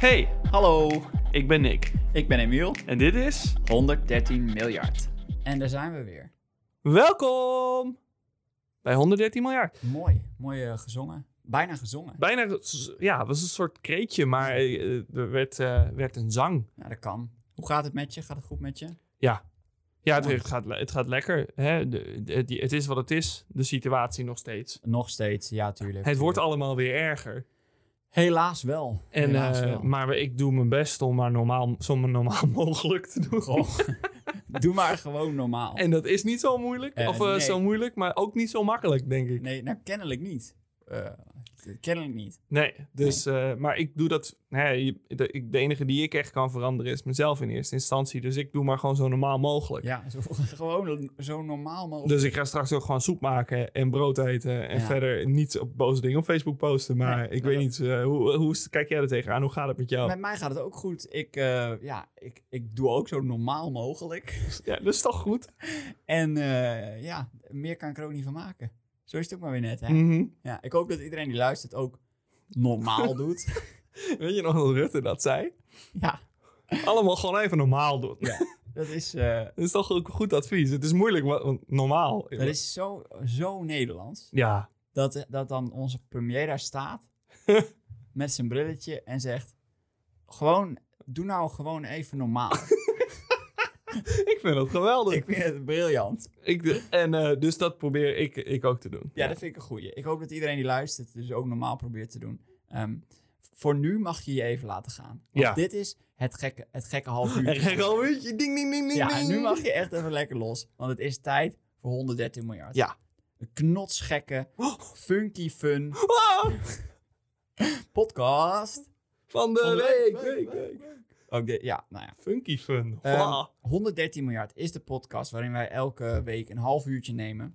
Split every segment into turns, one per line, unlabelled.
Hey,
Hallo,
ik ben Nick
ik ben Emiel.
en dit is
113 miljard.
En daar zijn we weer.
welkom bij 113 miljard.
Mooi, mooi eh, gezongen. Bijna gezongen.
Bijna, ja, was een soort kreetje, maar eh, er werd, eh, werd een zang.
Nou, dat kan. Hoe gaat het met je? Gaat het goed met je?
Ja, ja het, het gaat, le- het gaat lekker. Hè? De- de- die- het is wat het is, de situatie nog steeds.
Nog steeds, ja, tuurlijk.
Het wordt allemaal weer erger.
Helaas wel.
En,
Helaas
eh,
wel.
maar we- ik doe mijn best om maar normaal, zo maar normaal mogelijk te doen.
Goh, Doe maar gewoon normaal.
En dat is niet zo moeilijk.
Eh,
of eh,
nee.
zo moeilijk, maar ook niet zo makkelijk, denk ik.
Nee, nou, kennelijk niet. Eh, kennelijk niet.
Nee, dus, eh, maar ik doe dat. Hè, je- de, ik- de enige die ik echt kan veranderen is mezelf in eerste instantie. Dus ik doe maar gewoon zo normaal mogelijk.
Ja, zo, gewoon zo normaal mogelijk.
Dus ik ga straks ook gewoon soep maken en brood eten. En
Ja.
verder niet op boze dingen op Facebook posten. Maar
Nee,
ik
dat-
weet niet, eh, hoe, hoe is- kijk jij er tegenaan? Hoe gaat het met jou?
Met mij gaat het ook goed. Ik, eh, ja, ik, ik doe ook zo normaal mogelijk.
Ja, dat is toch goed?
En eh, ja, meer kan ik er ook niet van maken. Zo is het ook maar weer net, hè?
Mhm.
Ja, ik hoop dat iedereen die luistert ook normaal doet.
Weet je nog dat Rutte dat zei?
ja,
Allemaal gewoon even normaal doen.
Ja. dat is, eh,
Dat is toch ook een goed advies? Het is moeilijk, wa- want normaal.
dat is zo, zo Nederlands.
Ja,
Dat, eh, dat dan onze premier daar staat met zijn brilletje en zegt... Gewoon, doe nou gewoon even normaal.
ik vind dat geweldig.
ik vind het briljant.
Ik, en eh, dus dat probeer ik, ik ook te doen.
Ja, dat vind ik een goeie. Ik hoop dat iedereen die luistert dus ook normaal probeert te doen. Ehm, voor nu mag je je even laten gaan. Want
Ja.
dit is het gekke, het gekke half uur.
En gek al, weet je, ding, ding, ding, ding,
Ja, en
ding.
nu mag je echt even lekker los. Want het is tijd voor 113 miljard.
Ja.
Een knotsgekke, funky fun
Ah,
podcast.
van de
Van de
week,
week,
week,
week, Ook de, ja, nou ja.
Funky fun.
Ehm,
Wow.
113 miljard is de podcast waarin wij elke week een half uurtje nemen.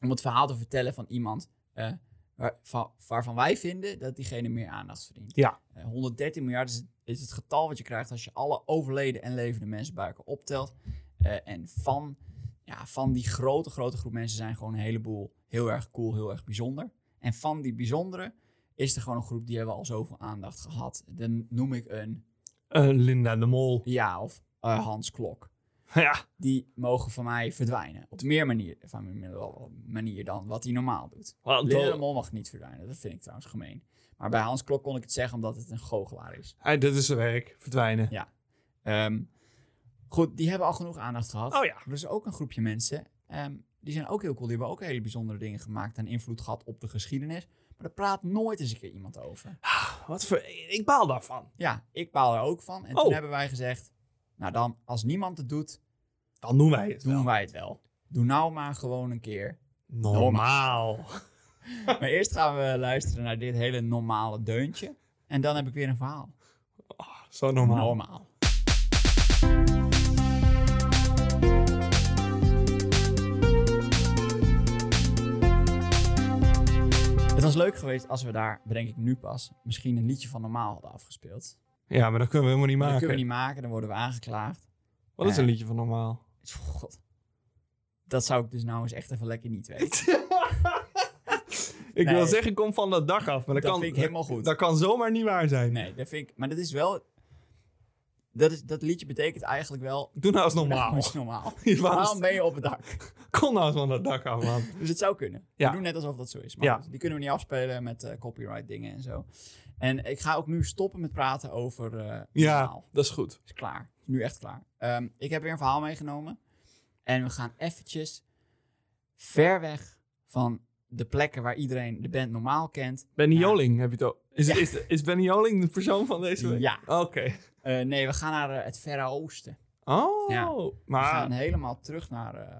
Om het verhaal te vertellen van iemand eh, waar- van- waarvan wij vinden dat diegene meer aandacht verdient.
Ja.
Eh, 113 miljard is, is het getal wat je krijgt als je alle overleden en levende mensen bij elkaar optelt. Eh, en van, ja, van die grote, grote groep mensen zijn gewoon een heleboel heel erg cool, heel erg bijzonder. En van die bijzondere is er gewoon een groep die hebben al zoveel aandacht gehad. Dan noem ik een
Eh, Linda de Mol.
ja of eh, Hans Klok
Ja,
die mogen van mij verdwijnen. Op meer manier, van een middel- manier dan wat hij normaal doet.
want
Linda de
dan-
Mol mag niet verdwijnen, dat vind ik trouwens gemeen. Maar bij Hans Klok kon ik het zeggen omdat het een goochelaar is.
hij, dat is zijn werk, verdwijnen.
Ja. Ehm, goed, die hebben al genoeg aandacht gehad.
Oh ja.
Er is ook een groepje mensen, ehm, die zijn ook heel cool. Die hebben ook hele bijzondere dingen gemaakt en invloed gehad op de geschiedenis. Maar daar praat nooit eens een keer iemand over.
Ah, Wat voor, ik baal daarvan.
Ja, ik baal er ook van. En
Oh.
toen hebben wij gezegd, nou dan, als niemand het doet,
Dan doen wij het
doen
wel.
wij het wel. Doe nou maar gewoon een keer
Normaal.
Maar eerst gaan we luisteren naar dit hele normale deuntje. En dan heb ik weer een verhaal.
Zo normaal.
Normaal. Het was leuk geweest als we daar, bedenk ik nu pas, misschien een liedje van normaal hadden afgespeeld.
Ja, maar dat kunnen we helemaal niet
Maar dat
maken.
kunnen we niet maken, dan worden we aangeklaagd.
Wat is een liedje van normaal?
God. Dat zou ik dus nou eens echt even lekker niet weten.
ik wil
Nee.
zeggen, kom van dat dak af. Maar dat,
Dat
kan,
vind ik helemaal goed.
Dat kan zomaar niet waar zijn.
Nee, dat vind ik... Maar dat is wel... Dat, is, dat liedje betekent eigenlijk wel...
Doe nou eens
Nou,
normaal.
is normaal.
Je was-
Waarom ben je op het dak?
Kom nou eens van dat dak af, man.
Dus het zou kunnen.
Ja.
We doen net alsof dat zo is. Maar
Ja.
goed, die kunnen we niet afspelen met eh, copyright dingen en zo. En ik ga ook nu stoppen met praten over eh
Ja,
verhaal.
dat is goed.
Is klaar. Is nu echt klaar. Ehm, ik heb weer een verhaal meegenomen. En we gaan eventjes ver weg van de plekken waar iedereen de band normaal kent.
Benny
Ja.
Joling heb je het ook. Is,
Ja.
is, is Benny Joling de persoon van deze week?
Ja.
Oké.
Eh, nee, we gaan naar eh, het Verre Oosten.
Oh,
Ja. We gaan
maar
helemaal terug naar, eh,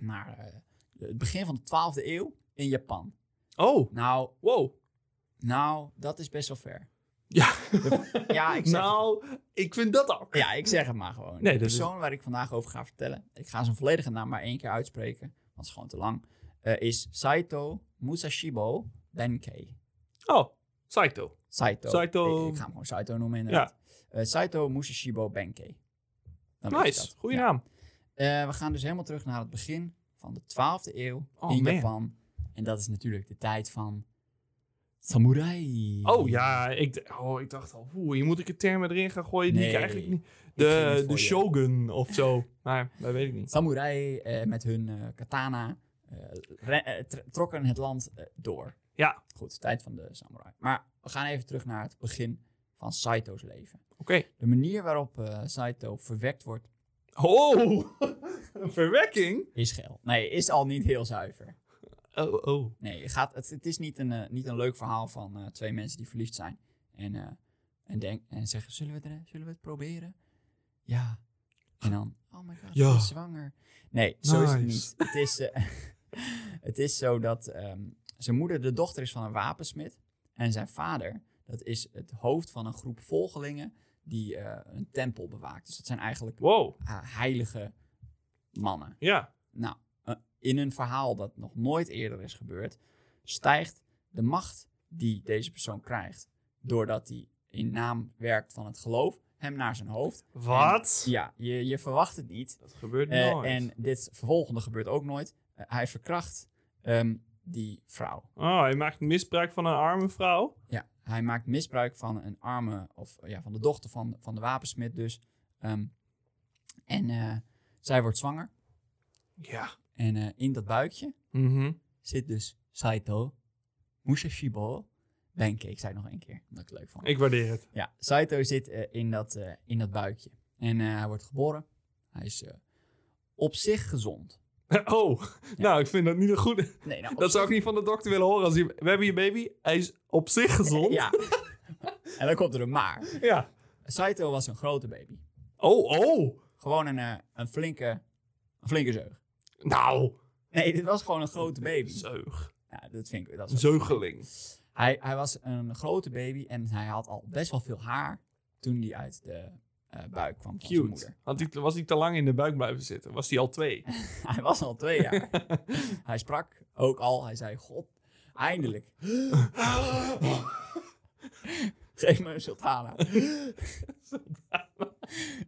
naar eh, het begin van de 12e eeuw in Japan.
oh,
Nou,
wow.
nou, dat is best wel ver.
Ja.
Ja, ik zeg,
nou, ik vind dat ook.
ja, ik zeg het maar gewoon.
Nee,
de
dat is-
persoon waar ik vandaag over ga vertellen, ik ga zijn volledige naam maar één keer uitspreken, want het is gewoon te lang, eh, is Saito Musashibo Benkei.
Oh, Saito.
Saito.
Saito-
Ik, ik ga hem gewoon Saito noemen inderdaad. Eh, Saito Musashibo Benkei. Dan weet je
Nice.
dat.
Goeie
Ja.
naam.
Eh, we gaan dus helemaal terug naar het begin van de 12e eeuw
Oh,
in
man.
Japan. En dat is natuurlijk de tijd van Samurai.
Oh ja, ik, d- oh, ik dacht al, oeh, hier moet ik een termen erin gaan gooien die ik
Nee,
eigenlijk niet...
ging
De,
het
de
voor je.
shogun of zo. Maar dat weet ik niet.
Samurai eh, met hun eh, katana eh, re- eh, tr- trokken het land eh, door.
Ja.
Goed, tijd van de samurai. Maar we gaan even terug naar het begin van Saito's leven.
Oké.
De manier waarop eh, Saito verwekt wordt
Oh! een verwekking?
is geil. Nee, is al niet heel zuiver.
Oh, oh.
Nee, het gaat, het, het is niet een, eh, niet een leuk verhaal van eh, twee mensen die verliefd zijn. En, eh, en, denk, en zeggen, zullen we, het, eh, zullen we het proberen? Ja. En dan, oh my god,
Ja.
ze is zwanger. Nee, zo is het
Nice.
niet. Het is, eh, het is zo dat ehm, zijn moeder de dochter is van een wapensmid. En zijn vader, dat is het hoofd van een groep volgelingen die eh, een tempel bewaakt. Dus dat zijn eigenlijk
Wow.
eh, heilige mannen.
Ja.
Nou, eh, in een verhaal dat nog nooit eerder is gebeurd, stijgt de macht die deze persoon krijgt, doordat hij in naam werkt van het geloof, hem naar zijn hoofd.
Wat?
Ja, je, je verwacht het niet.
Dat gebeurt
Eh,
nooit.
en dit volgende gebeurt ook nooit. Eh, hij verkracht ehm, die vrouw.
Oh, hij maakt misbruik van een arme vrouw?
Ja, hij maakt misbruik van een arme, of eh, ja, van de dochter van, van de wapensmid dus. Ehm, en eh, zij wordt zwanger.
Ja.
En eh, in dat buikje
Mhm.
zit dus Saito Musashibo. Benkei, ik zei het nog één keer, omdat ik het leuk vond.
Ik waardeer het.
Ja, Saito zit eh, in, dat, eh, in dat buikje. En eh, hij wordt geboren. Hij is eh, op zich gezond.
Oh, nou, ik vind dat niet een goede...
Nee, nou, op
Dat zou ik niet van de dokter willen horen. Als je, we hebben je baby, hij is op zich gezond.
Ja. en dan komt er een maar.
Ja.
Saito was een grote baby.
Oh, oh.
Gewoon een, eh, een, flinke, een flinke zeug.
Nou.
Nee, dit was gewoon een grote baby.
Zeug.
Ja, dat vind ik... Dat is ook-
Zeugeling.
hij, hij was een grote baby en hij had al best wel veel haar toen hij uit de eh, buik kwam van zijn moeder.
Cute. Had die, was hij te lang in de buik blijven zitten? Was hij al twee?
Hij was al twee jaar. hij sprak ook al. Hij zei, god, eindelijk. Geef me een sultana.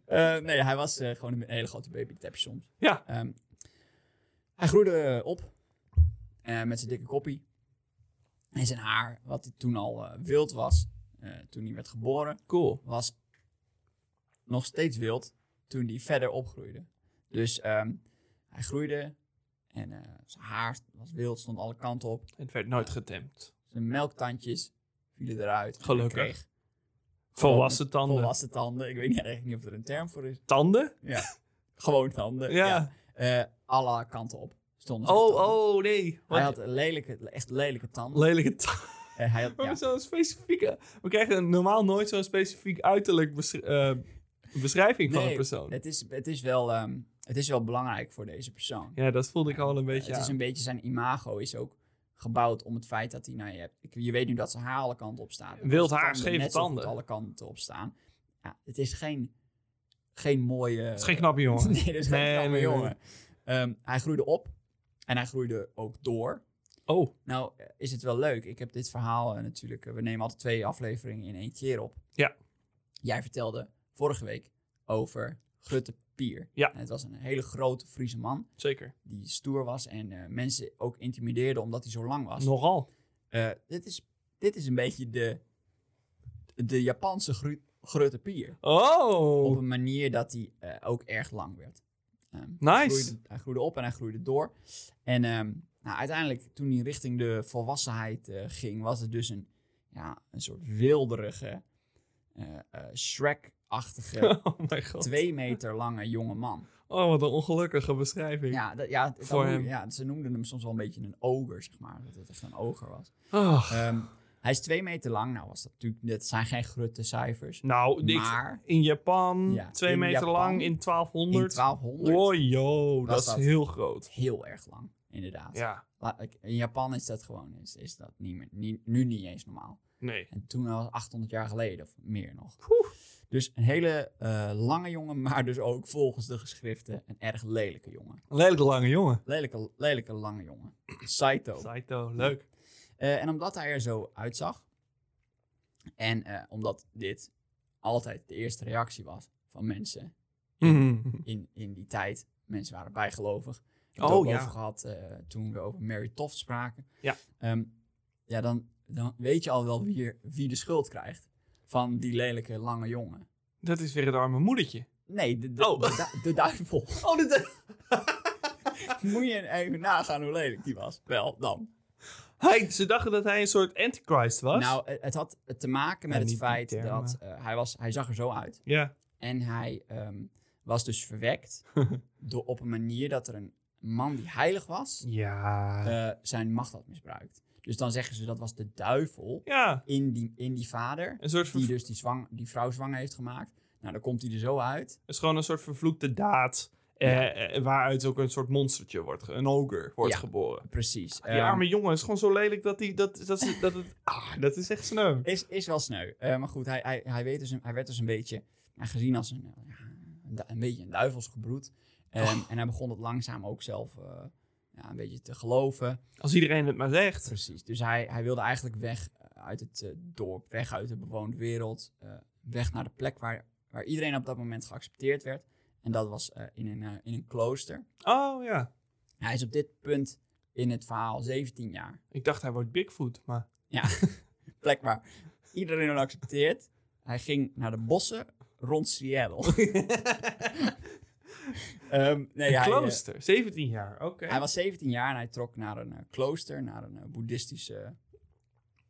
Eh, nee, hij was eh, gewoon een hele grote babytap soms.
Ja.
Ehm, hij groeide eh, op eh, met zijn dikke koppie. En zijn haar, wat hij toen al eh, wild was, eh, toen hij werd geboren,
Cool.
was nog steeds wild toen hij verder opgroeide. Dus ehm, hij groeide en eh, zijn haar was wild, stond alle kanten op.
Het werd nooit getemd.
Zijn melktandjes vielen eruit. En hij
Gelukkig.
kreeg
Volwassen tanden.
Volwassen tanden. Ik weet niet, eigenlijk niet of er een term voor is.
Tanden?
Gewoon tanden.
Ja.
Eh, alle kanten op stonden zijn
Oh,
tanden.
oh, nee. Wat-
Hij had lelijke, echt lelijke tanden.
Lelijke tanden.
Eh, hij had, ja,
Zo'n specifieke... We krijgen normaal nooit zo'n specifiek uiterlijk besch- eh, beschrijving van
Nee,
een persoon.
Het is, het, is wel, ehm, het is wel belangrijk voor deze persoon.
Ja, dat voelde ik al een beetje
het is
aan.
een beetje zijn imago is ook gebouwd om het feit dat hij, nou je, hebt, ik- je weet nu dat zijn haar alle kanten op staan.
Wild
Zijn
haar,
tanden
scheve
net zo goed
tanden.
alle kanten op staan. Ja, het is geen, geen mooie...
Het is geen knappe jongen.
Nee, dat is geen
Nee,
knappe
nee, nee.
jongen. Ehm, hij groeide op en hij groeide ook door.
Oh,
Nou eh, is het wel leuk. Ik heb dit verhaal eh, natuurlijk... eh, we nemen altijd twee afleveringen in één keer op.
Ja.
Jij vertelde vorige week over Grutte Pier.
Ja.
En het was een hele grote Friese man
zeker.
die stoer was en eh, mensen ook intimideerde omdat hij zo lang was.
Nogal.
Eh, dit, is, dit is een beetje de, de Japanse gru- Grutte Pier. Op
Oh,
een manier dat hij eh, ook erg lang werd. Ehm, hij,
nice.
groeide, hij groeide op en hij groeide door. En ehm, nou, uiteindelijk, toen hij richting de volwassenheid eh, ging, was het dus een, ja, een soort wilderige, eh, eh, Shrek-achtige,
Oh mijn god.
twee meter lange jonge man.
Oh, wat een ongelukkige beschrijving.
Ja, dat, ja, dat
Voor
noem-
hem.
ja, ze noemden hem soms wel een beetje een oger, zeg maar. Dat het echt een oger was.
Ah.
Ehm, hij is twee meter lang. Nou, was dat natuurlijk, dat zijn geen grutte cijfers.
Nou, ik-
maar
in Japan,
Ja,
twee
in
meter
Japan,
lang, in
in
1200.
1200
Oh, joh, dat
was
is
dat.
heel groot.
heel erg lang, inderdaad.
Ja,
La- ik- In Japan is dat gewoon, is, is dat niet meer, niet- nu niet eens normaal.
nee.
En toen al 800 jaar geleden, of meer nog.
Poeh.
Dus een hele eh, lange jongen, maar dus ook volgens de geschriften een erg lelijke jongen.
Een lelijke lange jongen.
Lelijke, lelijke lange jongen. Saito.
Saito, leuk.
Eh, en omdat hij er zo uitzag, en eh, omdat dit altijd de eerste reactie was van mensen
Mhm.
in, in die tijd, mensen waren bijgelovig. We hebben
Oh,
het ook
ja.
over gehad eh, toen we over Mary Toft spraken.
Ja.
Ehm, ja, dan dan weet je al wel wie, er- wie de schuld krijgt van die lelijke lange jongen.
Dat is weer het arme moedertje.
Nee, de, de,
Oh.
de, du- de duivel.
Oh, dat...
Moet je even nagaan hoe lelijk die was. Wel, dan.
hij, ze dachten dat hij een soort antichrist was.
Nou, eh, het had te maken met
Ja,
het
niet die
feit
term,
dat eh, hij, was, hij zag er zo uit.
Ja.
En hij ehm, was dus verwekt door, op een manier dat er een man die heilig was,
Ja.
eh, zijn macht had misbruikt. Dus dan zeggen ze dat was de duivel
ja,
in die, in die vader,
een soort,
die
verv-
dus die, zwang, die vrouw zwanger heeft gemaakt. Nou, dan komt hij er zo uit.
is gewoon een soort vervloekte daad. eh, eh, waaruit ook een soort monstertje wordt, ge- een ogre wordt
Ja.
geboren.
Precies.
Die
Ehm,
arme jongen is gewoon zo lelijk dat hij. Dat, dat, ze- dat, het, ah, dat is echt sneu.
Is, is wel sneu. Eh, maar goed, hij, hij, hij, weet dus, een- hij werd dus een beetje nou, gezien als een, eh, ja, een, du- een beetje een duivelsgebroed. Ehm, En hij begon het langzaam ook zelf eh, ja, een beetje te geloven.
Als iedereen het maar zegt.
Precies. Dus hij, hij wilde eigenlijk weg eh, uit het eh, dorp, weg uit de bewoonde wereld. eh, weg naar de plek waar, waar iedereen op dat moment geaccepteerd werd. En dat was eh, in, een, eh, in een klooster.
Oh ja.
Hij is op dit punt in het verhaal 17 jaar.
Ik dacht hij wordt Bigfoot, maar.
plek waar iedereen hem accepteert. Hij ging naar de bossen rond Seattle. Ehm, nee, hij, eh,
klooster, 17 jaar, oké.
hij was 17 jaar en hij trok naar een eh, klooster, naar een eh, boeddhistische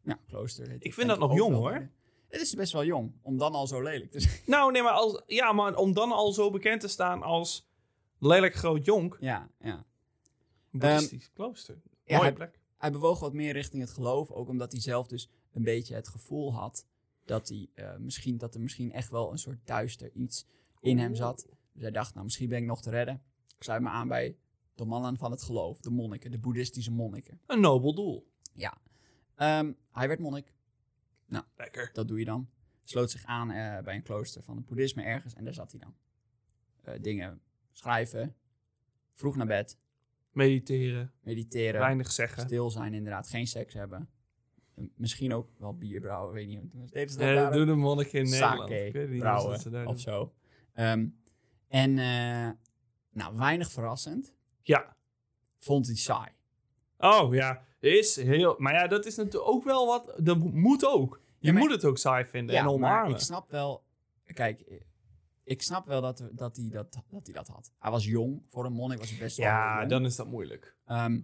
ja, klooster. heet het,
vind
denk
dat nog
ook
jong,
wel.
hoor.
Het is best wel jong, om dan al zo lelijk te zijn.
Nou, nee, maar, als, ja, maar om dan al zo bekend te staan als lelijk groot jonk,
ja, ja.
boeddhistisch klooster.
Ehm, ja,
Mooie
hij-
plek.
Hij bewoog wat meer richting het geloof, ook omdat hij zelf dus een beetje het gevoel had dat, hij, eh, misschien, dat er misschien echt wel een soort duister iets in hem zat. Dus hij dacht, nou misschien ben ik nog te redden. Ik sluit me aan bij de mannen van het geloof, de monniken, de boeddhistische monniken.
Een nobel doel.
Ehm, hij werd monnik,
Lekker.
dat doe je dan. Sloot zich aan eh, bij een klooster van het boeddhisme ergens en daar zat hij dan. Eh, dingen schrijven, vroeg naar bed,
Mediteren,
mediteren.
weinig zeggen.
Stil zijn inderdaad, geen seks hebben. En Misschien ook wel bier brouwen, weet niet. Wat deden ze dat
Eh,
daar?
doe de monnik in Nederland. Ik weet
Sake
niet wat ze daar
brouwen
doen.
of zo. Ehm, en eh, nou, weinig verrassend
Ja.
vond hij saai.
Oh ja, is heel... Maar ja, dat is natuurlijk ook wel wat... Dat mo- moet ook. Je
Ja, maar-
moet het ook saai vinden en
maar
omarmen.
ik snap wel... Kijk, ik snap wel dat, dat, hij, dat, dat hij dat had. Hij was jong. Voor een monnik was hij best wel
Ja,
jong.
dan is dat moeilijk.
Ehm,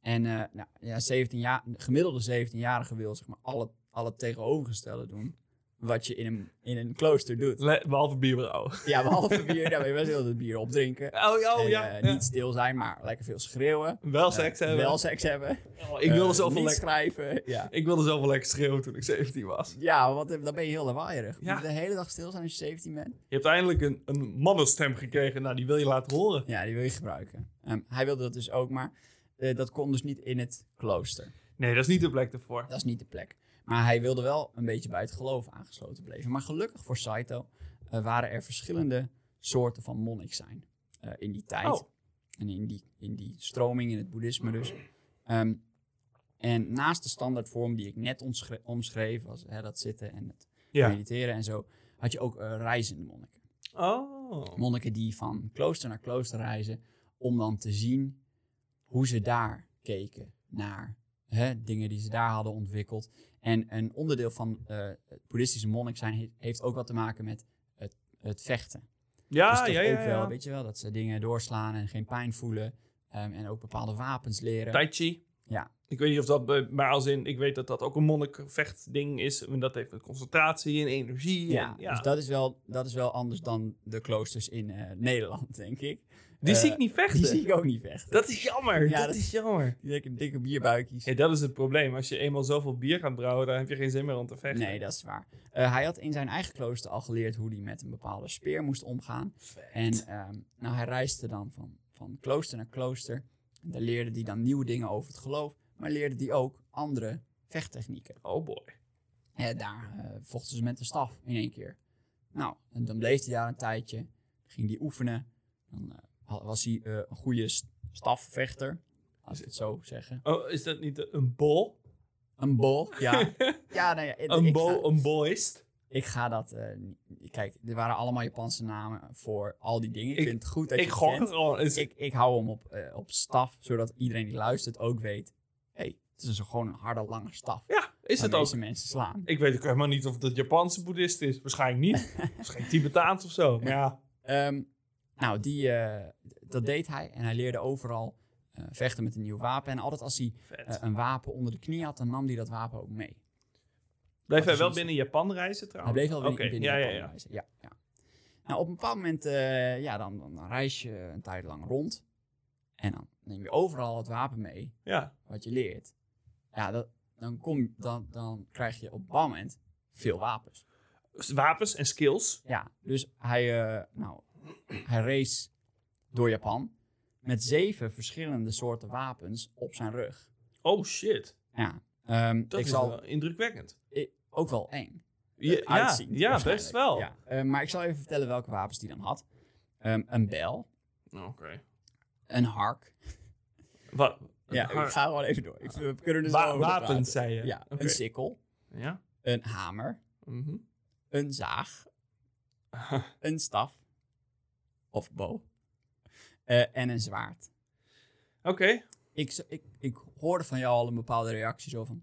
en eh, nou, ja, 17 jaar, de gemiddelde 17-jarige wil zeg maar, alle, alle tegenovergestelde doen. Wat je in een, in een klooster doet.
Le- behalve bier brouwen.
Ja, behalve bier, daar ben je best heel het bier opdrinken.
Oh, oh
En,
ja.
eh,
ja.
Niet stil zijn, maar lekker veel schreeuwen.
Wel seks
Eh,
hebben.
Wel seks hebben.
Oh, ik wilde
Eh,
zoveel
niet
lekker...
schrijven. Ja,
Ik wilde zoveel lekker schreeuwen toen ik 17 was.
ja want eh, dan ben je heel lawaaierig.
Ja.
Je moet de hele dag stil zijn als je 17 bent.
Je hebt eindelijk een, een mannenstem gekregen. Nou, die wil je laten horen.
Ja, die wil je gebruiken. Ehm, hij wilde dat dus ook, maar eh, dat kon dus niet in het klooster.
Nee, dat is niet de plek ervoor.
Dat is niet de plek. Maar hij wilde wel een beetje bij het geloof aangesloten blijven. Maar gelukkig voor Saito eh, waren er verschillende soorten van monnik zijn eh, in die tijd.
Oh.
En in die, in die stroming, in het boeddhisme dus. Ehm, en naast de standaardvorm die ik net omschre- omschreef, was hè, dat zitten en het
Ja.
mediteren en zo, had je ook eh, reizende monniken.
Oh.
Monniken die van klooster naar klooster reizen om dan te zien hoe ze daar keken naar hè, dingen die ze daar hadden ontwikkeld. En een onderdeel van eh, het boeddhistische monnik zijn he- heeft ook wat te maken met het, het vechten.
Ja,
dus toch
Ah, ja,
ook
ja.
wel,
ja.
weet je wel, dat ze dingen doorslaan en geen pijn voelen. ehm, en ook bepaalde wapens leren.
Tai Chi.
Ja.
Ik weet niet of dat, eh, maar als in, ik weet dat dat ook een monnikvechtding is. En dat heeft met concentratie en energie.
Ja,
en, ja.
dus dat is, wel, dat is wel anders dan de kloosters in eh, Nederland, denk ik.
die
eh,
zie ik niet vechten.
Die zie ik ook niet vechten.
Dat is jammer.
Ja,
dat,
dat-
is jammer.
Die dikke, dikke bierbuikjes.
Ja, dat is het probleem. Als je eenmaal zoveel bier gaat brouwen, dan heb je geen zin meer om te vechten.
Nee, dat is waar. Eh, hij had in zijn eigen klooster al geleerd hoe hij met een bepaalde speer moest omgaan. En ehm, nou, hij reisde dan van, van klooster naar klooster. En daar leerde hij dan nieuwe dingen over het geloof. Maar leerde hij ook andere vechttechnieken.
Oh boy.
Hè, daar eh, vochten ze met de staf in één keer. Nou, en dan bleef hij daar een tijdje. Ging hij oefenen. Dan eh, ha- was hij eh, een goede s- stafvechter. Als ik het zo zeggen.
Oh, is dat niet een bol?
Een bol, ja. ja, nou ja. ik-
Een
ik
bol,
ga-
een boist?
Ik ga dat. eh, niet- kijk, er waren allemaal Japanse namen voor al die dingen. Ik,
Ik-
vind het goed dat
Ik
je
gok het
het kent.
gewoon. Is-
Ik, ik hou hem op, eh, op staf, zodat iedereen die luistert ook weet. Hé, hey, het is een, gewoon een harde, lange staf.
Ja, Is het
de
ook?
meeste mensen slaan.
Ik weet ook helemaal niet of dat Japanse boeddhist is. Waarschijnlijk niet. Misschien Tibetaans of zo. Maar ja.
Ehm, nou, die, eh, dat deed hij. En hij leerde overal eh, vechten met een nieuw wapen. En altijd als hij eh, een wapen onder de knie had, dan nam hij dat wapen ook mee.
Bleef hij
is
wel
ons-
binnen Japan reizen
Hij
trouwens?
bleef wel binnen,
Oké,
binnen
ja, ja,
Japan
ja.
reizen. Ja, ja. Nou, op een bepaald moment eh, ja, dan, dan reis je een tijd lang rond. En dan neem je overal het wapen mee
ja.
wat je leert. Ja, dat, dan, kom, dan, dan krijg je op een bepaald moment veel wapens.
Wapens en skills.
Ja, dus hij, eh, nou, hij race door Japan met zeven verschillende soorten wapens op zijn rug.
Oh shit.
Ja, ehm,
Dat
ik
is
zal
wel indrukwekkend.
i- ook wel eng
Ja,
eh, uitzien.
ja, ja
waarschijnlijk.
best wel.
Ja, eh, maar ik zal even vertellen welke wapens die dan had. Ehm, een bel,
Oké.
een hark.
Wa-
Ja,
har-
ik ga gewoon even door. Ik, we kunnen dus
Ah, wa-
wel over
wapens,
praten.
zei je.
Ja,
Oké.
een sikkel,
Ja.
een hamer,
Mhm.
een zaag, een staf of bow eh, en een zwaard.
Oké.
Ik, z- ik, ik hoorde van jou al een bepaalde reactie zo van...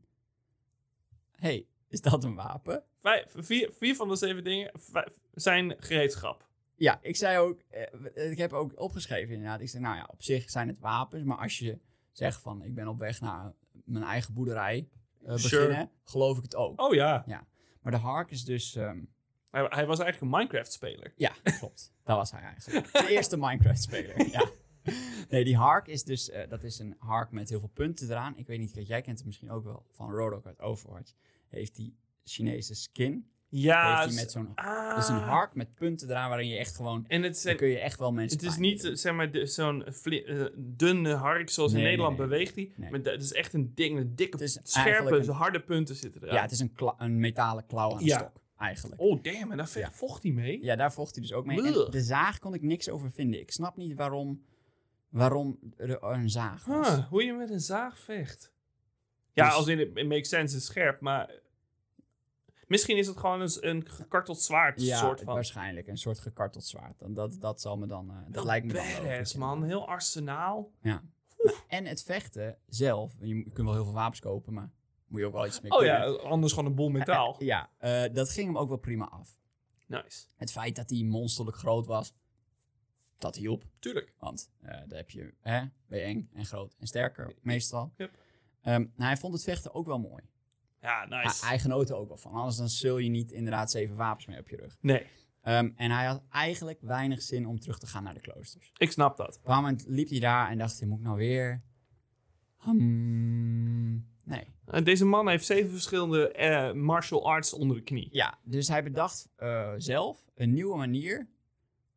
hey, is dat een wapen?
Vijf- Vier, vier van de zeven dingen vijf- zijn gereedschap.
Ja, ik zei ook... eh, ik heb ook opgeschreven inderdaad. Ik zei, nou ja, op zich zijn het wapens. Maar als je zegt van, ik ben op weg naar mijn eigen boerderij eh,
Sure.
beginnen... geloof ik het ook.
Oh ja.
Maar de hark is dus... ehm,
Hij, hij was eigenlijk een Minecraft-speler.
Ja, klopt. Dat was hij eigenlijk. De eerste Minecraft-speler. Ja. Nee, die Hark is dus, eh, dat is een Hark met heel veel punten eraan. Ik weet niet, kijk, jij kent hem misschien ook wel van Rodok uit Overwatch. Heeft die Chinese skin.
Ja.
heeft
s-
hij met zo'n.
ah.
Dat is een Hark met punten eraan waarin je echt gewoon.
En het,
Dan
zijn,
kun je echt wel mensen.
het is
pijn
niet
doen.
eh, zeg maar, de- zo'n vli- eh, dunne hark zoals in
Nee,
Nederland
nee,
beweegt hij.
Nee.
Maar dat het is echt een ding, een dikke,
Het is
scherpe,
eigenlijk een-
harde punten zitten er.
Ja, het is een, kla- een metalen klauw aan de
Ja.
stok, eigenlijk.
Oh damn, en daar ve-
Ja.
vocht hij mee?
Ja, daar vocht hij dus ook mee. En
Ugh.
de zaag kon ik niks over vinden. Ik snap niet waarom, waarom er een zaag was.
Huh, hoe je met een zaag vecht. Ja,
Dus-
als in het it makes sense, het is scherp, maar... Misschien is het gewoon een, s- een gekarteld zwaard
Ja,
soort van.
waarschijnlijk. Een soort gekarteld zwaard. Dan dat, dat zal me dan... eh, dat lijkt me dan wel
Badass,
logisch,
man.
inderdaad.
Heel arsenaal.
En het vechten zelf. Je, mo- je kunt wel heel veel wapens kopen, maar moet je ook wel iets mee
Oh
kunnen.
ja, anders gewoon een boel metaal.
Ja, eh, dat ging hem ook wel prima af.
Nice.
Het feit dat hij monsterlijk groot was, dat hielp.
Tuurlijk.
Want eh daar heb je, hè, ben je eng en groot en sterker meestal.
Yep.
Ehm, nou, hij vond het vechten ook wel mooi.
Ja, nice.
Hij, hij genoot er ook wel van. Anders dan zul je niet inderdaad zeven wapens mee op je rug.
Nee,
Ehm, en hij had eigenlijk weinig zin om terug te gaan naar de kloosters.
ik snap dat.
Op een bepaald moment liep hij daar en dacht hij, moet ik nou weer? Hmm, nee.
Eh, Deze man heeft zeven verschillende eh, martial arts onder de knie.
Ja, dus hij bedacht eh, zelf een nieuwe manier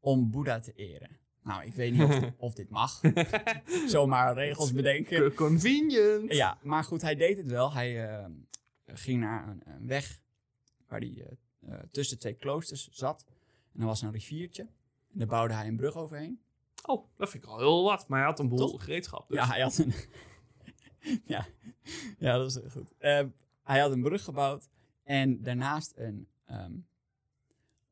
om Boeddha te eren. Nou, ik weet niet of, of dit mag. Zomaar regels bedenken.
Co- Convenient.
Ja, maar goed, hij deed het wel. Hij eh, ging naar een, een weg waar hij eh, eh, tussen twee kloosters zat. En er was een riviertje. En daar bouwde hij een brug overheen.
Oh, dat vind ik al heel wat. Maar hij had een boel
Toch?
gereedschap. Dus.
Ja, hij had een... ja. ja, dat is goed. Ehm, hij had een brug gebouwd en daarnaast een, ehm,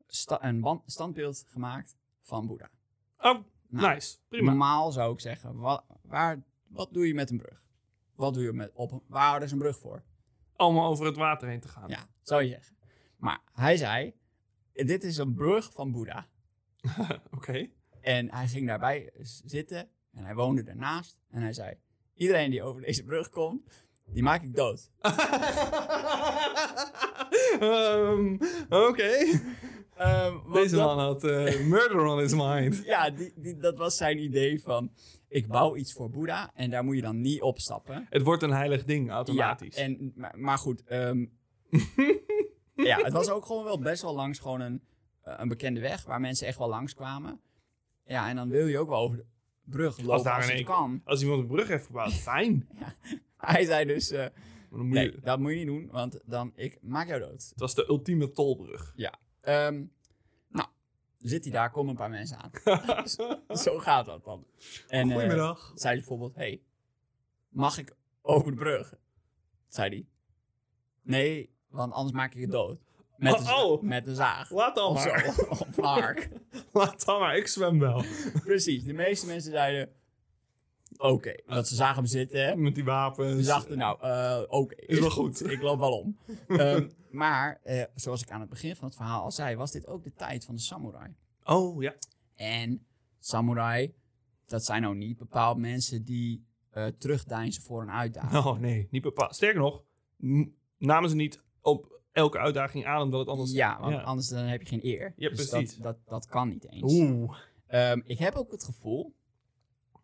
sta- een wan- standbeeld gemaakt van Boeddha.
Oh,
Nou,
nice. Prima.
Normaal zou ik zeggen, wa- waar, wat doe je met een brug? Wat doe je met op een- Waar is een brug voor?
Om over het water heen te gaan.
Ja, zou je zeggen. Maar hij zei, dit is een brug van Boeddha.
Oké.
En hij ging daarbij s- zitten en hij woonde daarnaast. En hij zei, iedereen die over deze brug komt, die maak ik dood.
Ehm, Oké.
Ehm, want
Deze
dat-
man had eh, murder on his mind.
Ja, die, die, dat was zijn idee van... Ik bouw iets voor Boeddha en daar moet je dan niet opstappen.
Het wordt een heilig ding, automatisch.
Ja, en, maar, maar goed. ehm, ja, het was ook gewoon wel best wel langs gewoon een, eh, een bekende weg... waar mensen echt wel langskwamen. Ja, en dan wil je ook wel over de brug lopen als,
daar in
het
één-
kan.
Als iemand een brug heeft gebouwd, fijn.
Hij zei dus... eh,
Maar dan moet je-
nee, dat moet je niet doen, want dan ik maak jou dood.
Het was de ultieme tolbrug.
Ehm, nou, zit hij daar, komen een paar mensen aan. Zo gaat dat dan. En, eh,
Goedemiddag.
zei hij bijvoorbeeld, hey, mag ik over de brug? Zei hij, nee, want anders maak ik je dood. Met een,
Oh, oh.
met een zaag.
Laat dan
Of zo,
maar.
of een hark.
Laat dan maar, ik zwem wel.
Precies, de meeste mensen zeiden, oké. Want ze zagen hem zitten, hè.
Met die wapens.
Ze dachten, nou, eh, oké.
Is wel goed.
Ik loop wel om. Ehm, maar, eh, zoals ik aan het begin van het verhaal al zei, was dit ook de tijd van de samurai.
Oh ja.
En samurai, dat zijn nou niet bepaald mensen die eh terugdeinzen voor een uitdaging.
Oh nee, niet bepaald. Sterker nog, m- namen ze niet op elke uitdaging aan omdat het anders...
ja, want anders dan heb je geen eer.
Ja,
dus
precies.
Dat, dat, dat kan niet eens.
Oeh.
Ehm, ik heb ook het gevoel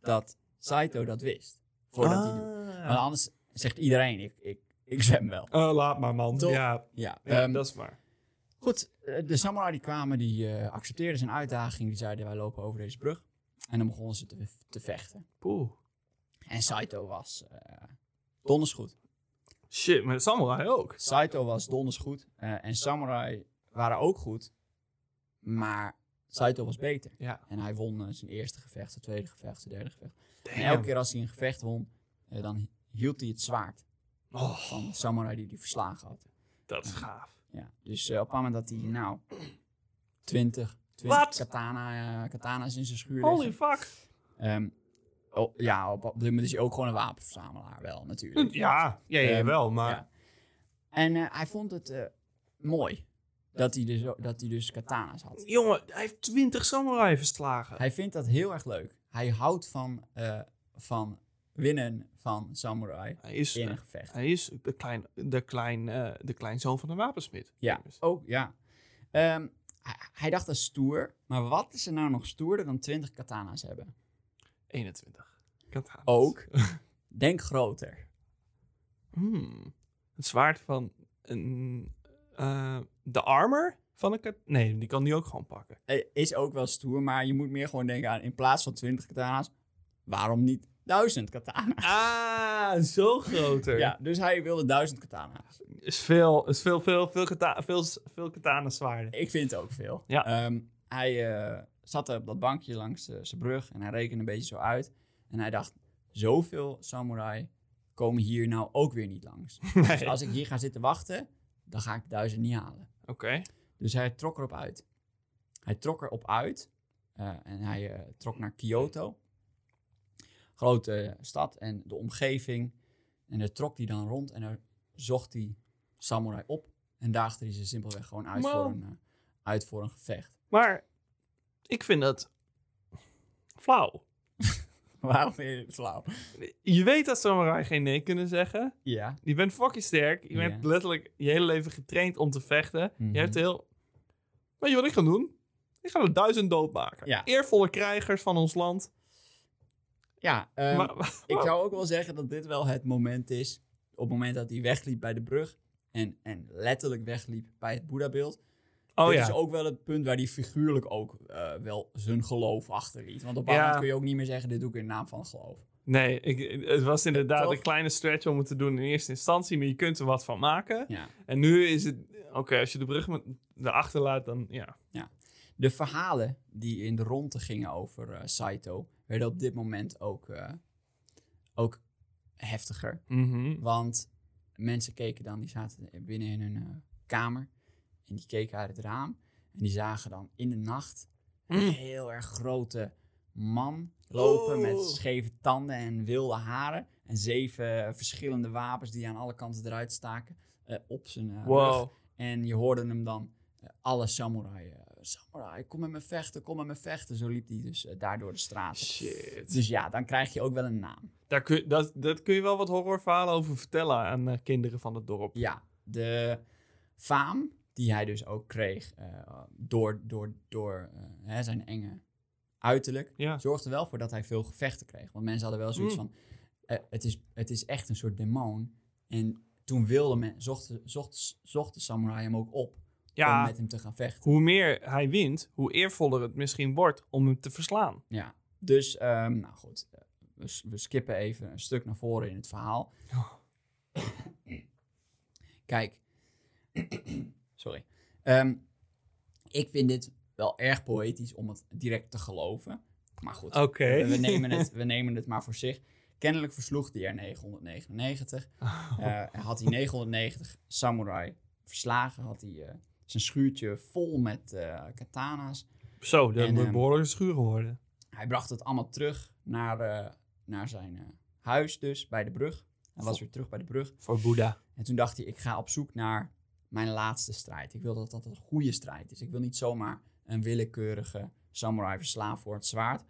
dat Saito dat wist. Voordat hij doet.
Ah.
Want anders zegt iedereen, ik, ik, ik zwem wel.
Eh, laat maar, man.
Toch?
Ja,
Ja,
ja
ehm,
dat is waar.
Goed, eh, de samurai die kwamen, die eh, accepteerden zijn uitdaging. Die zeiden, wij lopen over deze brug. En dan begonnen ze te, te vechten.
Poeh.
En Saito was eh, donders goed.
Shit, maar Samurai ook.
Saito was donders goed. eh, en samurai waren ook goed. Maar Saito was beter.
Ja.
En hij won eh, zijn eerste gevecht, zijn tweede gevecht, zijn derde gevecht. En elke keer als hij een gevecht won, eh, dan hield hij het zwaard
Oh,
van de samurai die hij verslagen had.
dat is gaaf.
Ja, dus eh, op het moment dat hij, nou, 20, 20
Wat?
katana, eh, katana's in zijn schuur
Holy
liggen.
fuck.
Ehm, oh, ja, op, op dit moment is hij ook gewoon een wapenverzamelaar wel, natuurlijk.
Ja, ja, ja,
Ehm,
wel, maar...
ja. En eh, hij vond het eh, mooi dat hij, dus, dat hij dus katana's had.
Jongen, hij heeft 20 Samurai verslagen.
Hij vindt dat heel erg leuk. Hij houdt van, eh, van winnen van samurai
Hij is,
in een gevecht.
hij is de, klein, de, klein, eh, de kleinzoon van een wapensmid.
Ja, dus. ook ja. Ehm, hij, hij dacht dat is stoer, maar wat is er nou nog stoerder dan 20 katana's hebben?
21. Katana's.
Ook. Denk groter.
Hmm. Het zwaard van een... eh, de armor van een... kat- Nee, die kan die ook gewoon pakken.
Eh, Is ook wel stoer, maar je moet meer gewoon denken aan in plaats van 20 katana's, waarom niet 1000 katana's?
Ah, zo groter.
Ja, dus hij wilde 1000 katana's.
Is veel, is veel, veel, veel, kata veel, veel katana zwaarden.
Ik vind het ook veel.
Ja.
Ehm, hij eh, zat op dat bankje langs eh, zijn brug en hij rekende een beetje zo uit. En hij dacht, zoveel samurai komen hier nou ook weer niet langs. Dus
Nee. Oké.
als ik hier ga zitten wachten, dan ga ik de 1000 niet halen. Dus hij trok erop uit. Hij trok erop uit eh, en hij eh, trok naar Kyoto. Grote stad en de omgeving. En daar trok hij dan rond en daar zocht hij samurai op. En daagde hij ze simpelweg gewoon uit, voor
Wow.
een, eh, uit voor een gevecht.
Maar ik vind dat flauw.
Waarom vind je dit flauw?
Je weet dat samurai geen nee kunnen zeggen.
Ja.
Je bent fucking sterk. Je bent
Ja.
letterlijk je hele leven getraind om te vechten.
Mhm.
Je hebt heel... Weet je wat ik ga doen? Ik ga er duizend doodmaken.
Ja.
Eervolle krijgers van ons land.
Ja, ehm,
Maar- maar-
ik zou ook wel zeggen dat dit wel het moment is. Op het moment dat hij wegliep bij de brug. En, en letterlijk wegliep bij het Boeddhabeeld.
oh
dit
ja.
is ook wel het punt waar hij figuurlijk ook eh, wel zijn geloof achterliet. Want op een
Ja.
moment kun je ook niet meer zeggen, dit doe ik in naam van geloof.
Nee, ik, het was inderdaad
Toch?
een kleine stretch om het te doen in eerste instantie. Maar je kunt er wat van maken.
Ja.
En nu is het... Oké, als je de brug met- erachter laat, dan ja.
De verhalen die in de ronde gingen over eh, Saito, werden op dit moment ook, eh, ook heftiger.
Mhm.
Want mensen keken dan, die zaten binnen in hun eh, kamer. En die keken uit het raam. En die zagen dan in de nacht
Hmm.
een heel erg grote man lopen
Oh.
met scheve tanden en wilde haren. En zeven eh, verschillende wapens die aan alle kanten eruit staken eh, op zijn eh, rug.
Wow.
En je hoorde hem dan eh, alle samurai, eh, samurai, kom met me vechten, kom met me vechten. Zo liep hij dus eh, daar door de straat.
Shit.
Dus ja, dan krijg je ook wel een naam.
Daar kun, dat, dat kun je wel wat horrorverhalen over vertellen aan eh, kinderen van het dorp.
Ja, de faam die hij dus ook kreeg eh, door, door, door eh, hè, zijn enge uiterlijk,
Ja.
zorgde wel voor dat hij veel gevechten kreeg. Want mensen hadden wel zoiets
Mm.
van, eh, het, is, het is echt een soort demon. En toen wilde men, zocht, de- zocht, zocht de samurai hem ook op om
Ja,
met hem te gaan vechten.
hoe meer hij wint, hoe eervoller het misschien wordt om hem te verslaan.
Ja, dus, ehm, nou goed, eh, we, s- we skippen even een stuk naar voren in het verhaal. Kijk, sorry. Ehm, ik vind dit wel erg poëtisch om het direct te geloven. Maar goed,
Oké.
we, we nemen het, we nemen het maar voor zich. Kennelijk versloeg hij er 999. Eh, had hij 990 samurai verslagen, had hij eh, zijn schuurtje vol met eh, katana's.
Zo, dat
En,
moet
ehm,
behoorlijk schuur worden.
Hij bracht het allemaal terug naar, eh, naar zijn eh, huis dus, bij de brug. Hij was weer terug bij de brug.
Voor Boeddha.
En toen dacht hij, ik ga op zoek naar mijn laatste strijd. Ik wil dat dat een goede strijd is. Ik wil niet zomaar een willekeurige samurai verslaan voor het zwaard.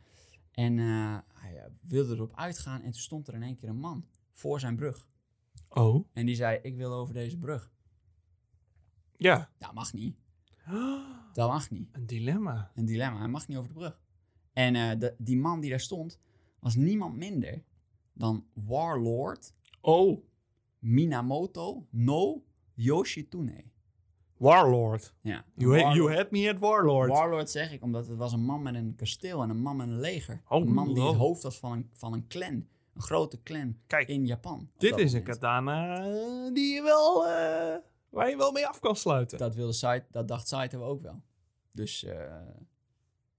En eh, hij eh, wilde erop uitgaan en toen stond er in één keer een man voor zijn brug.
Oh.
En die zei, ik wil over deze brug.
Ja.
Dat mag niet. Dat mag niet.
Een dilemma.
Een dilemma. Hij mag niet over de brug. En eh, de- die man die daar stond, was niemand minder dan Warlord
Oh.
Minamoto no Yoshitune.
Warlord.
Ja,
You, ha-
Warlord.
you had me at Warlord.
Warlord zeg ik, omdat het was een man met een kasteel en een man met een leger.
Oh,
een man die het
wow.
hoofd was van een, van een clan. Een grote clan
Kijk,
in Japan. op
Dit
dat
is een
moment.
katana eh, die je wel, eh, waar je wel mee af kan sluiten.
Dat, wilde Saito, dat dacht Saito ook wel. Dus eh,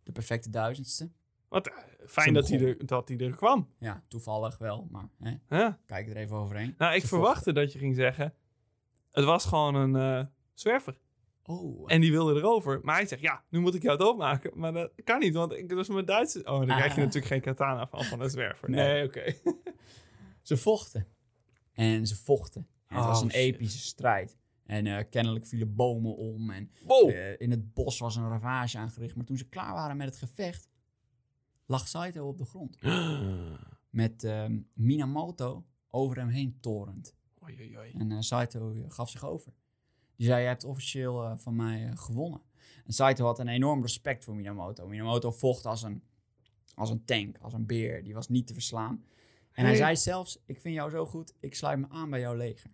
de perfecte duizendste.
Wat eh,
Zo'n
fijn dat hij,
god.
er, dat hij er kwam.
Ja, toevallig wel, maar hè,
hè?
kijk er even overheen.
Nou, ik
Ze
verwachtte dat je ging zeggen, het was gewoon een eh, zwerver.
Oh,
En die wilde erover. Maar hij zegt, ja, nu moet ik jou doodmaken. Maar dat kan niet, want ik, dat is mijn Duitse... Oh, dan krijg je
Ah.
natuurlijk geen katana van, van een zwerver.
Nee.
Nee, oké.
ze vochten. En ze vochten. En het
Oh,
was een
shit.
epische strijd. En eh, kennelijk vielen bomen om. En
Wow.
Eh, in het bos was een ravage aangericht. Maar toen ze klaar waren met het gevecht, lag Saito op de grond. Met ehm, Minamoto over hem heen torend.
Oei, oei, oei.
En eh, Saito eh, gaf zich over. Die zei, je hebt officieel eh, van mij eh, gewonnen. En Saito had een enorm respect voor Minamoto. Minamoto vocht als een, als een tank, als een beer. Die was niet te verslaan. En hij
Hey.
zei zelfs, ik vind jou zo goed, ik sluit me aan bij jouw leger.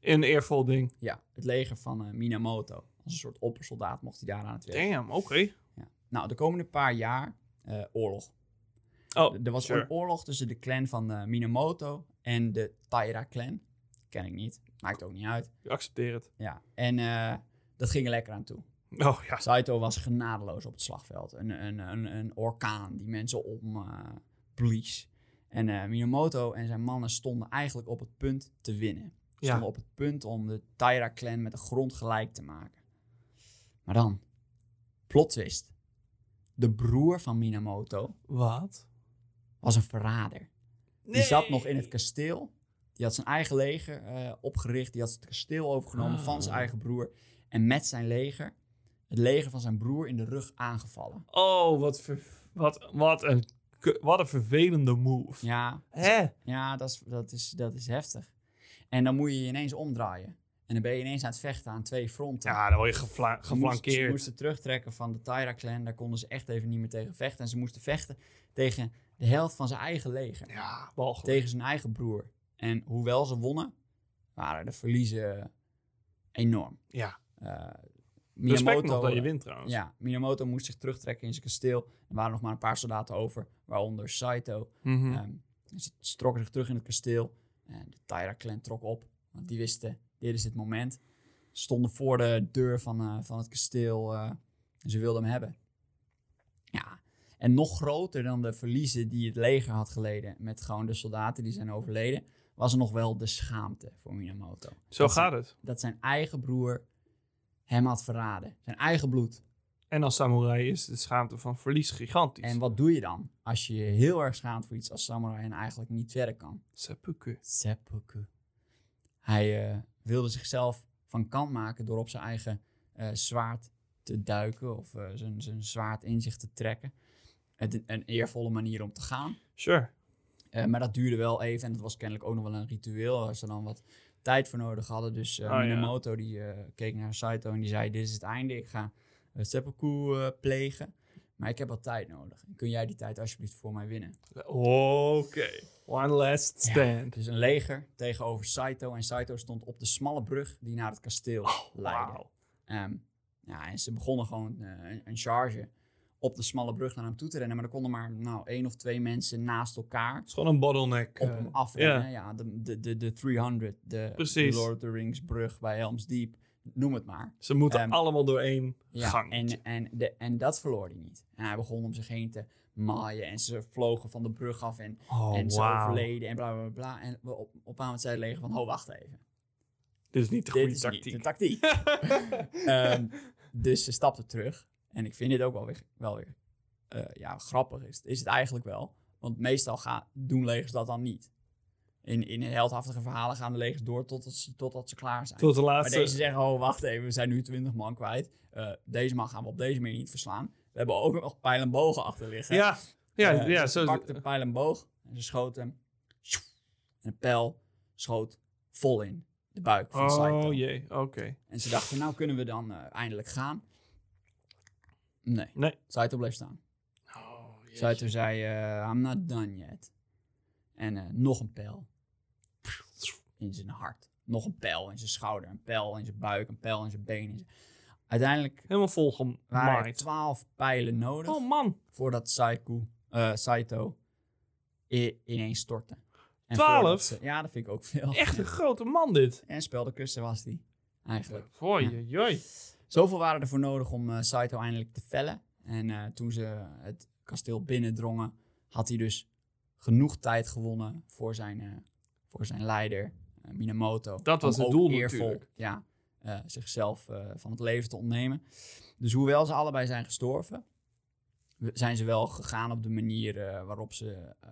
Een eervol ding.
Ja, het leger van eh, Minamoto. Als een soort oppersoldaat mocht hij daar aan het werk.
Damn, oké.
Ja. Nou, de komende paar jaar eh, oorlog.
Oh,
Er was
sure.
een oorlog tussen de clan van eh, Minamoto en de Taira-clan. Ken ik niet. Maakt ook niet uit.
ik accepteer het.
Ja. En eh, dat ging er lekker aan toe.
Oh, ja.
Saito was genadeloos op het slagveld. Een, een, een, een orkaan die mensen om eh, blies. En eh, Minamoto en zijn mannen stonden eigenlijk op het punt te winnen.
Ja.
Stonden op het punt om de Taira-clan met de grond gelijk te maken. Maar dan, plot twist. De broer van Minamoto
Wat?
was een verrader. Die zat nog in het kasteel. Die had zijn eigen leger eh, opgericht. Die had het kasteel
Ah.
overgenomen van zijn eigen broer. En met zijn leger, het leger van zijn broer, in de rug aangevallen.
Oh, wat, ver- wat, wat, een, ke- wat een vervelende move.
Ja,
Hè?
ja dat, is, dat, is, dat is heftig. En dan moet je je ineens omdraaien. En dan ben je ineens aan het vechten aan twee fronten.
Ja, dan word je gefla-
Ze moesten- Ze
geflankeerd.
moesten terugtrekken van de Taira clan. Daar konden ze echt even niet meer tegen vechten. En ze moesten vechten tegen de helft van zijn eigen leger.
Ja, walgelijk.
tegen zijn eigen broer. En hoewel ze wonnen, waren de verliezen enorm.
Ja.
Eh,
Respect nog dat je wint trouwens.
Ja, Minamoto moest zich terugtrekken in zijn kasteel. Er waren nog maar een paar soldaten over, waaronder Saito.
Mhm.
Ehm, ze trokken zich terug in het kasteel. En de Taira-clan trok op, want die wisten, dit is het moment. Ze stonden voor de deur van, eh, van het kasteel eh, en ze wilden hem hebben. Ja, en nog groter dan de verliezen die het leger had geleden... met gewoon de soldaten die zijn overleden... was er nog wel de schaamte voor Minamoto.
Zo
dat
gaat het.
Dat zijn eigen broer hem had verraden. Zijn eigen bloed.
En als samurai is de schaamte van verlies gigantisch.
En wat doe je dan als je je heel erg schaamt voor iets als samurai... en eigenlijk niet verder kan?
Seppuku.
Seppuku. Hij eh, wilde zichzelf van kant maken door op zijn eigen eh, zwaard te duiken of eh, zijn, zijn zwaard in zich te trekken. Het, een eervolle manier om te gaan.
Sure.
Eh, maar dat duurde wel even en dat was kennelijk ook nog wel een ritueel waar ze dan wat tijd voor nodig hadden. Dus eh
Oh, ja.
Minamoto die, eh, keek naar Saito en die zei dit is het einde, ik ga eh, seppuku eh, plegen. Maar ik heb wat tijd nodig. Kun jij die tijd alsjeblieft voor mij winnen?
Oké. One last stand.
Dus een leger tegenover Saito. En Saito stond op de smalle brug die naar het kasteel
Oh,
leidde.
Wauw.
Ehm, ja, en ze begonnen gewoon eh, een, een charge op de smalle brug naar hem toe te rennen. Maar er konden maar nou, één of twee mensen naast elkaar
Het is gewoon een bottleneck.
op
eh,
hem afrennen. Ja, de, de, de, de 300, de, de
Precies.
Lord of the Rings brug bij Helm's Deep. Noem het maar.
Ze moeten
Ehm,
allemaal door één
Ja,
gang.
en, en, de, en dat verloor hij niet. En hij begon om zich heen te maaien. En ze vlogen van de brug af en
oh,
en ze
wauw.
overleden en bla bla bla. En we op, op een moment zei het leger van, oh wacht even.
Dit is niet de
Dit
goede
is
tactiek.
niet de tactiek. Ehm, dus ze stapte terug. En ik vind dit ook wel weer, wel weer eh, ja, grappig is, is het eigenlijk wel. Want meestal gaan, doen legers dat dan niet. In, in heldhaftige verhalen gaan de legers door totdat ze, totdat ze klaar zijn.
Tot de
Maar
laatste.
deze zeggen, oh wacht even, we zijn nu 20 man kwijt. Eh, deze man gaan we op deze manier niet verslaan. We hebben ook nog pijl en bogen achter liggen.
Ja, ja,
Eh,
ja,
dus
zo.
Ze pakte een pijl en boog en ze schoten hem. En de pijl schoot vol in de buik van Saito.
Oh jee, oké.
En ze dachten, nou kunnen we dan eh, eindelijk gaan. Nee.
Nee.
Saito bleef staan. Saito zei, eh, I'm not done yet. En eh, nog een pijl. In zijn hart. Nog een pijl in zijn schouder. Een pijl in zijn buik. Een pijl in zijn been. in zijn- Uiteindelijk
Helemaal
waren er
volgemaaid.
twaalf pijlen nodig
Oh man,
voordat Saiku, eh, Saito i- ineens stortte. En
Twaalf?
voordat ze- Ja, dat vind ik ook veel.
echt een grote man dit.
En speldenkussen was die, eigenlijk.
Hoi, joi.
Zoveel waren er voor nodig om eh, Saito eindelijk te vellen. En eh, toen ze het kasteel binnendrongen, had hij dus genoeg tijd gewonnen voor zijn, eh, voor zijn leider, eh, Minamoto.
Dat was
Om
het
ook
doel
eervol,
natuurlijk.
Ja, eh, zichzelf eh, van het leven te ontnemen. Dus hoewel ze allebei zijn gestorven, we- zijn ze wel gegaan op de manier eh, waarop ze eh,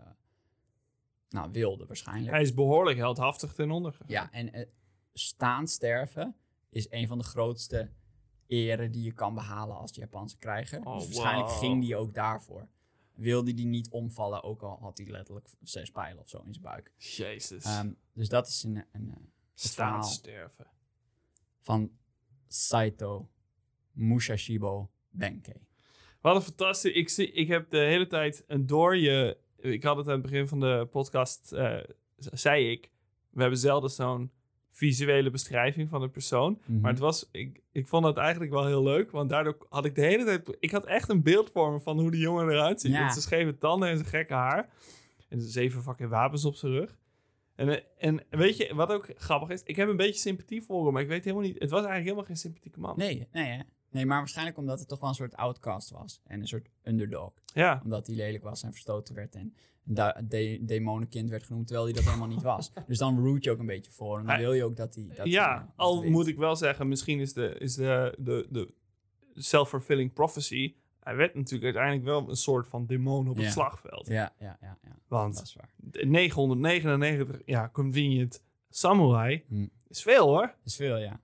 nou, wilden waarschijnlijk.
Hij is behoorlijk heldhaftig ten onder gegaan.
Ja, en eh, staan sterven is een van de grootste eren die je kan behalen als Japanse krijger.
Oh,
dus waarschijnlijk
wow.
ging die ook daarvoor. Wilde die niet omvallen, ook al had hij letterlijk zes pijlen of zo in zijn buik.
Jezus.
Ehm, dus dat is een, een, eh, verhaal.
Staatssterven.
van Saito Musashibo Benkei.
Wat een fantastisch. Ik, zie, ik heb de hele tijd een door je. Ik had het aan het begin van de podcast. eh, z- zei ik. We hebben zelden zo'n visuele beschrijving van een persoon.
Mhm.
Maar het was. Ik, ik vond dat eigenlijk wel heel leuk. Want daardoor had ik de hele tijd. Ik had echt een beeld voor me van hoe die jongen eruit ziet.
Ja.
Met zijn scheve tanden en zijn gekke haar. En zijn zeven fucking wapens op zijn rug. En, en weet je wat ook grappig is? Ik heb een beetje sympathie voor hem. Maar ik weet helemaal niet. Het was eigenlijk helemaal geen sympathieke man.
Nee, nee, hè? nee, maar waarschijnlijk omdat het toch wel een soort outcast was. En een soort underdog.
Ja.
Omdat hij lelijk was en verstoten werd en een da- de- demonenkind werd genoemd, terwijl hij dat helemaal niet was. Dus dan root je ook een beetje voor en dan
Hij-
wil je ook dat hij... Dat hij, eh,
ja, al
wint.
moet ik wel zeggen, misschien is de, is de, de, de self-fulfilling prophecy. Hij werd natuurlijk uiteindelijk wel een soort van demon op
Ja.
het slagveld.
Ja, ja, ja, ja, dat
Want
is waar.
999, ja, convenient samurai
Hm.
is veel hoor.
Dat is veel, ja.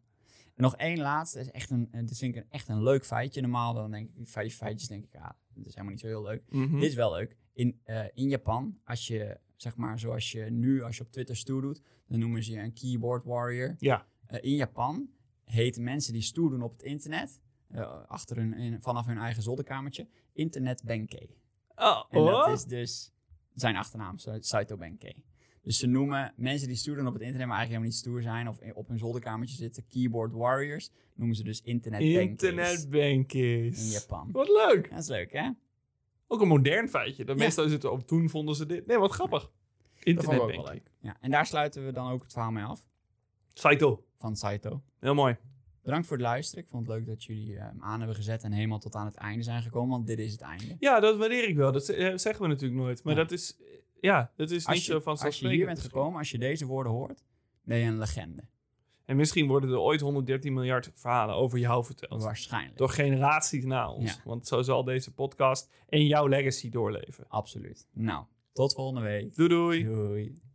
En nog één laatste, dat is echt een, eh, dit vind ik een, echt een leuk feitje. Normaal dan denk ik, die vijf feitjes denk ik, ah, dat is helemaal niet zo heel leuk.
Hm.
Dit is wel leuk. In, eh, in Japan, als je, zeg maar, zoals je nu, als je op Twitter stoer doet, dan noemen ze je een keyboard warrior.
Ja.
Eh, in Japan heten mensen die stoer doen op het internet, eh, achter hun, in- vanaf hun eigen zolderkamertje, Internet Benkei.
Oh,
En dat
oh.
is dus zijn achternaam, Sa- Saito Benkei. Dus ze noemen mensen die stoer doen op het internet, maar eigenlijk helemaal niet stoer zijn, of in- op hun zolderkamertje zitten, keyboard warriors, noemen ze dus Internet Benkeis
internetbankies.
in Japan.
Wat leuk.
Ja, dat is leuk, hè?
Ook een modern feitje. Dat
Ja.
Meestal is het op toen vonden ze dit. Nee, wat grappig. Internetbanking.
Ja, en daar sluiten we dan ook het verhaal mee af,
Saito.
van Saito.
Heel mooi.
Bedankt voor het luisteren. Ik vond het leuk dat jullie eh, hem aan hebben gezet en helemaal tot aan het einde zijn gekomen, want dit is het einde.
Ja, dat waardeer ik wel. Dat eh, zeggen we natuurlijk nooit. Maar
Nee.
dat is... eh, Ja, dat is niet
Als
zo
je, als je
vanzelfsprekend.
hier bent
misschien.
gekomen, als je deze woorden hoort, ben je een legende.
En misschien worden er ooit 113 miljard verhalen over jou verteld.
Waarschijnlijk.
Door generaties na ons.
Ja.
Want zo zal deze podcast en jouw legacy doorleven.
Absoluut. Nou, tot volgende week.
Doei doei!
Doei.